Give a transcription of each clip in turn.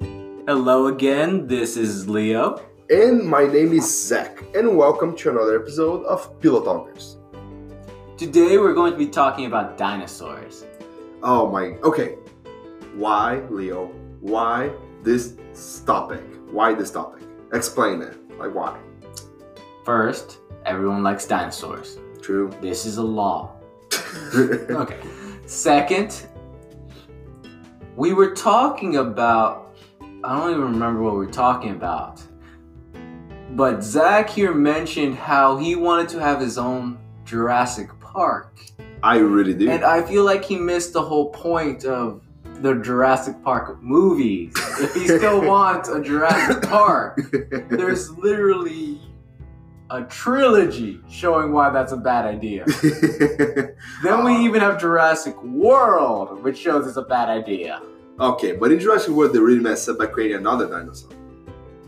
Hello again, this is Leo. And my name is Zach, and welcome to another episode of Pillow Talkers. Today we're going to be talking about dinosaurs. Oh my, okay. Why, Leo? Why this topic? Why this topic? Explain it. Like, why? First, everyone likes dinosaurs. True. This is a law. Okay. Second, we were talking about, I don't even remember what we were talking about, but Zach here mentioned how he wanted to have his own Jurassic Park. I really do. And I feel like he missed the whole point of the Jurassic Park movies. If he still wants a Jurassic Park, uh, there's literally a trilogy showing why that's a bad idea. Then we Uh, even have Jurassic World, which shows it's a bad idea. okay, but in Jurassic World, they really messed up by creating another dinosaur.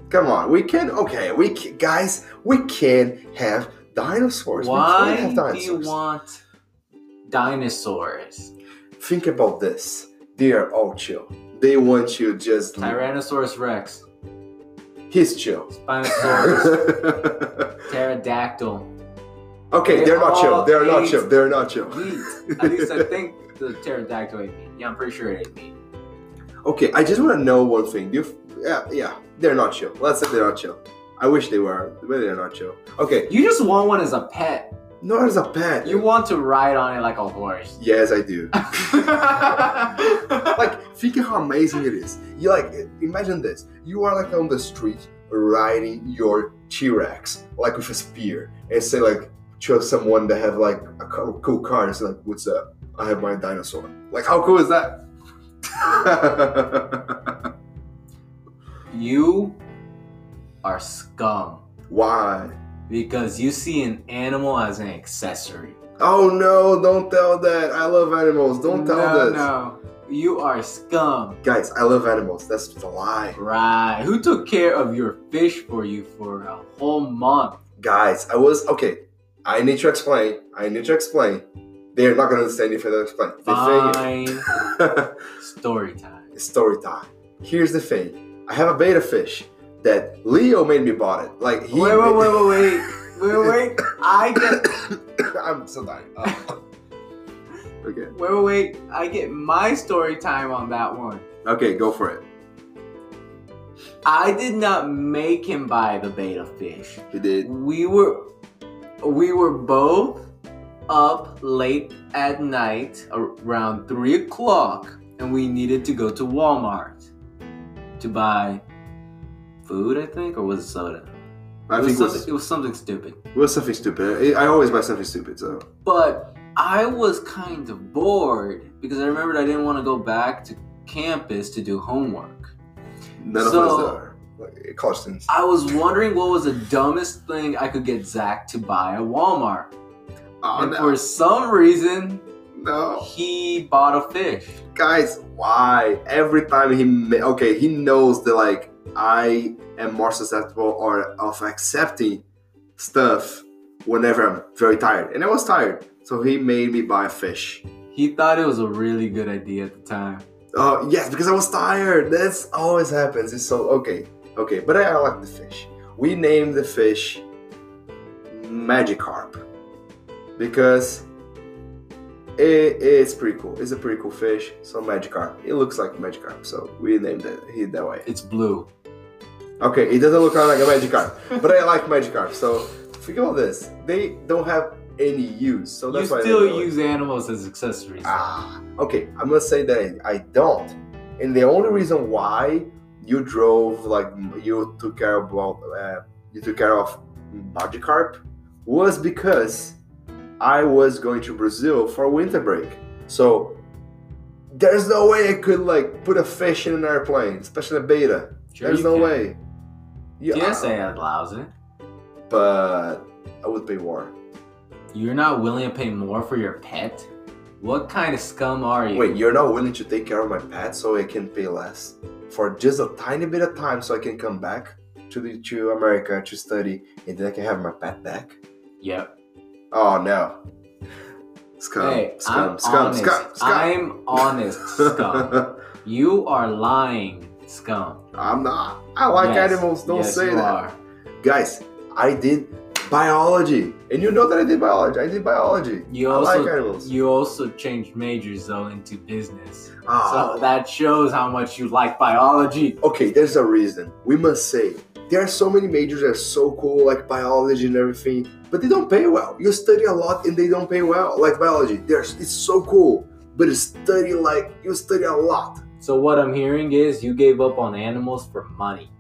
Come on, we can. Okay, we can, guys, we can have dinosaurs. We Why can have do dinosaurs. you want dinosaurs? Think about this. They are all chill. They want you just. Tyrannosaurus Rex, He's chill. Spinosaurus, okay, Pterodactyl. they're not all chill. They're not ate chill. They're not chill. Meat. At least I think the pterodactyl ate meat. Yeah, I'm pretty sure it ate meat. Okay, I just want to know one thing. Do you, f- yeah, yeah, they're not chill. Let's say they're not chill. I wish they were, but they're not chill. Okay, You just want one as a pet. not as a pet. You want to ride on it like a horse. Yes, I do. like, think how amazing it is. You like, imagine this. You are like on the street riding your T-Rex, like with a spear, and say like to someone that have like a co- cool car, and say like, "What's up? I have my dinosaur." Like, how cool is that? you are scum Why? because you see an animal as an accessory. Oh no! Don't tell that. I love animals. Don't tell no, this, No, you are scum. guys. I love animals. That's just a lie. Right. Who took care of your fish for you for a whole month? guys i was okay i need to explain i need to explain they're not gonna understand if i don't explain the Fine. thing Story time. is story time here's the thing i have a beta fish that leo made me bought it like he Wait, wait, wait, wait, wait. Wait, wait. I get i'm so dying Oh. okay wait, wait, wait. I get my story time on that one. okay go for it I did not make him buy the beta fish. he did We were we were both up late at night around three o'clock and we needed to go to Walmart to buy food, I think, or was it soda? i it, was think it something, was, it was something stupid. it was something stupid i I always buy something stupid so But I was kind of bored because I remembered I didn't want to go back to campus to do homework. none of So- us are like, college students I was wondering what was the dumbest thing I could get Zach to buy at Walmart. oh and no, for some reason, no. he bought a fish. guys why every time he ma- okay he knows that like i am more susceptible or of accepting stuff whenever i'm very tired and i was tired so he made me buy fish He thought it was a really good idea at the time. oh yes because i was tired that's always happens it's so okay okay but i, I like the fish we named the fish magikarp because it is pretty cool it's a pretty cool fish so magikarp it looks like magikarp so we named it it that way It's blue. Okay, it doesn't look like a Magikarp, but I like Magikarp. So think about this: they don't have any use, so You that's why. I still don't know. use animals as accessories. Ah, okay. I'm gonna say that I don't, and the only reason why you drove like you took care of uh, you took care of Magikarp was because I was going to Brazil for winter break, so. There's no way I could like put a fish in an airplane, especially a beta. Sure There's you no can. way. Ah. You- DSA allows it. but I would pay more. You're not willing to pay more for your pet? What kind of scum are you? Wait, you're not willing to take care of my pet so I can pay less for just a tiny bit of time so I can come back to the to America to study and then I can have my pet back? Yep. Oh no. Scum, hey, scum, I'm scum, honest. scum, scum. I'm honest, scum. You are lying Scum. I'm not. I like Yes. animals. Don't Yes, say you that. are. Guys, I did biology. And you know that I did biology. I did biology. You I also like animals. you also changed majors though into business. Ah, So that shows how much you like biology. okay, there's a reason. We must say there are so many majors that are so cool, like biology and everything, but they don't pay well. You study a lot and they don't pay well, like biology. There's it's so cool, but you study like you study a lot. So what I'm hearing is you gave up on animals for money.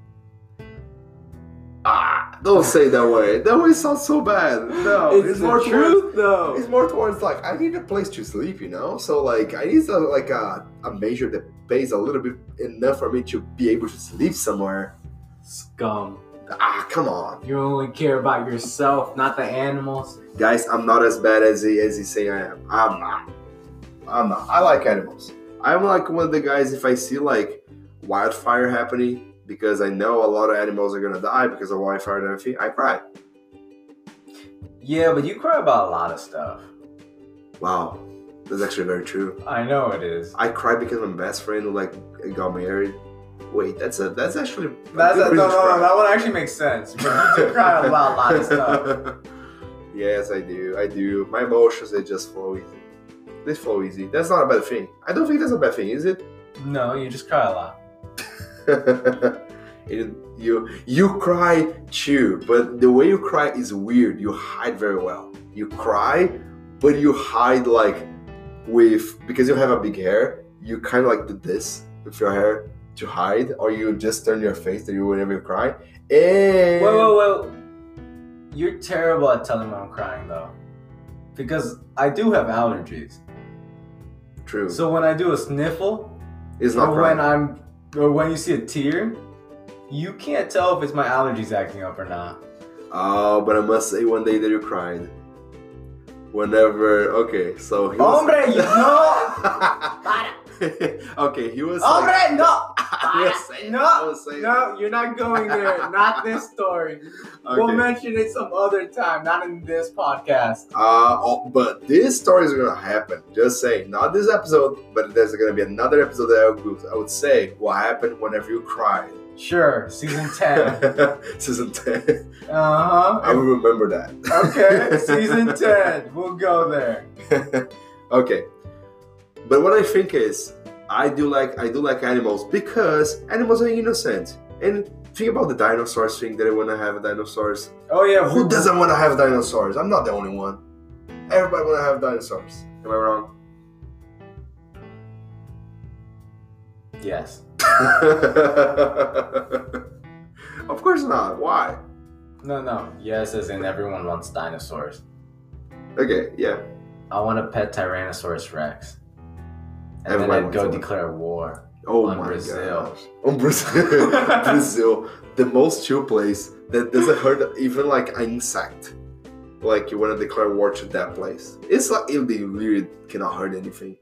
Ah, don't say that way. That way sounds so bad. No, it's, the more truth towards- though. It's more towards like I need a place to sleep, you know. So like I need a, like a, a major that pays a little bit enough for me to be able to sleep somewhere. Scum. Ah, come on. You only care about yourself, not the animals. guys, I'm not as bad as he as he say I am. I'm not. I'm not. I like animals. I'm like one of the guys if I see like wildfire happening because I know a lot of animals are gonna die because of wildfire and everything. I cry. Yeah, but you cry about a lot of stuff. Wow, that's actually very true. I know it is. I cry because my best friend like got married. Wait, that's a that's actually a That's good no, no, reason to no, cry. that one actually makes sense. But you do cry about a lot of stuff. yes, I do. I do. My emotions they just flow easy. They flow easy. That's not a bad thing. I don't think that's a bad thing, is it? No, you just cry a lot. And you you cry too, but the way you cry is weird. You hide very well. You cry, but you hide like with because you have a big hair. You kind of like do this with your hair to hide, or you just turn your face that you whenever you cry. And Whoa, whoa, whoa. You're terrible at telling when I'm crying though. Because I do have allergies. true, So when I do a sniffle, it's not or crying. when I'm or when you see a tear, you can't tell if it's my allergies acting up or not. Oh, but I must say one day that you cried. Whenever okay, so he was- Hombre, you know. Para. okay, he was. like- Hombre, no. I was saying- No, I was saying- No, you're not going there. Not this story. We'll Okay. mention it some other time, not in this podcast. Uh, oh, but this story is gonna happen. Just saying, not this episode, but there's gonna be another episode that I would, I would say what happened whenever you cried. Sure, season 10. season ten. Uh I huh. will remember that. Okay, season 10. We'll go there. okay. But what I think is, I do like I do like animals because animals are innocent. And think about the dinosaurs thing that I wanna have dinosaurs. Oh, yeah. Who we- doesn't want to have dinosaurs? I'm not the only one. Everybody want to have dinosaurs. Am I wrong? Yes. of course not. Why? No, no. Yes, as in everyone wants dinosaurs. Okay, yeah. I want to pet Tyrannosaurus Rex. And Everybody then I'd wants go one. declare war. Oh On my Brazil. gosh. On Brazil. Brazil, the most chill place that doesn't hurt even like an insect. Like you want to declare war to that place. It's like if they really cannot hurt anything.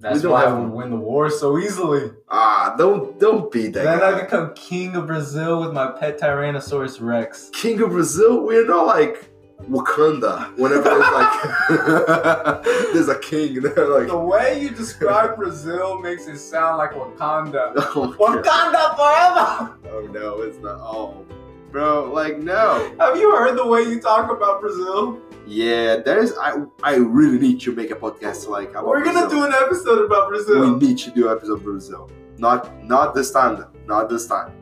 That's don't why have I would them. win the war so easily. Ah, don't don't be that. Then guy. I become king of Brazil with my pet Tyrannosaurus Rex. King of Brazil, we're not like Wakanda. Whenever there's like there's a king, they're like, The way you describe Brazil makes it sound like Wakanda. oh, my God. Wakanda forever! oh no, it's not. Oh, bro, like no. Have you heard the way you talk about Brazil? Yeah, there's. I I really need to make a podcast like. About We're gonna do an episode about Brazil. We need to do episode of Brazil. Not not this time though. Not this time.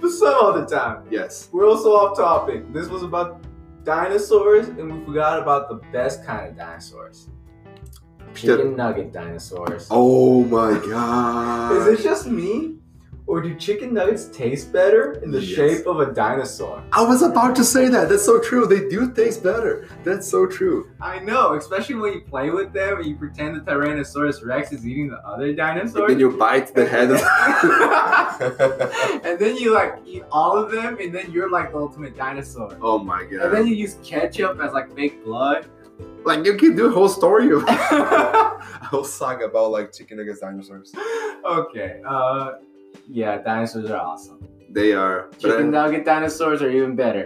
But Some other time. Yes. We're also off topic. This was about dinosaurs, and we forgot about the best kind of dinosaurs chicken nugget dinosaurs. Oh my God. Is it just me? Or do chicken nuggets taste better in the Yes. shape of a dinosaur? I was about to say that. That's so true. They do taste better. That's so true. I know, especially when you play with them and you pretend the Tyrannosaurus Rex is eating the other dinosaur. And then you bite the head. Of- and then you like eat all of them, and then you're like the ultimate dinosaur. oh my And god! then you use ketchup as like fake blood. Like you can do a whole story, of- a whole saga about like chicken against dinosaurs. okay. Uh, yeah, dinosaurs are awesome. They are. but Chicken I- nugget dinosaurs are even better.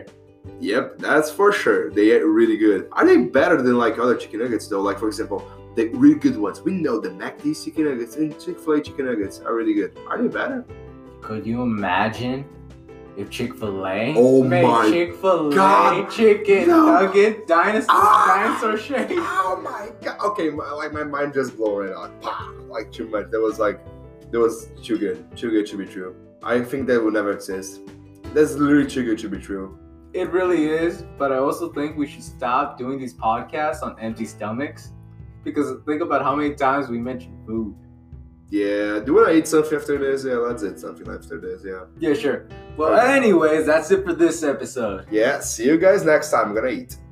yep, that's for sure. They are really good. Are they better than like other chicken nuggets though? Like for example, the really good ones. We know the McD's chicken nuggets and Chick Fil A chicken nuggets are really good. Are they better? Could you imagine if Chick Fil A Oh made my Chick Fil A God. chicken No. nugget dinosaur Ah. dinosaur shake? Oh my god! Okay, my, like my mind just blew right out. Pah, like too much. That was like, that was too good. Too good to be true. I think that will never exist. That's literally too good to be true. It really is, but I also think we should stop doing these podcasts on empty stomachs because think about how many times we mentioned food. Yeah. Do you wanna eat something after this? Yeah, let's eat something after this. Yeah. Yeah, sure. Well, Okay. anyways, that's it for this episode. Yeah. See you guys next time. I'm gonna eat.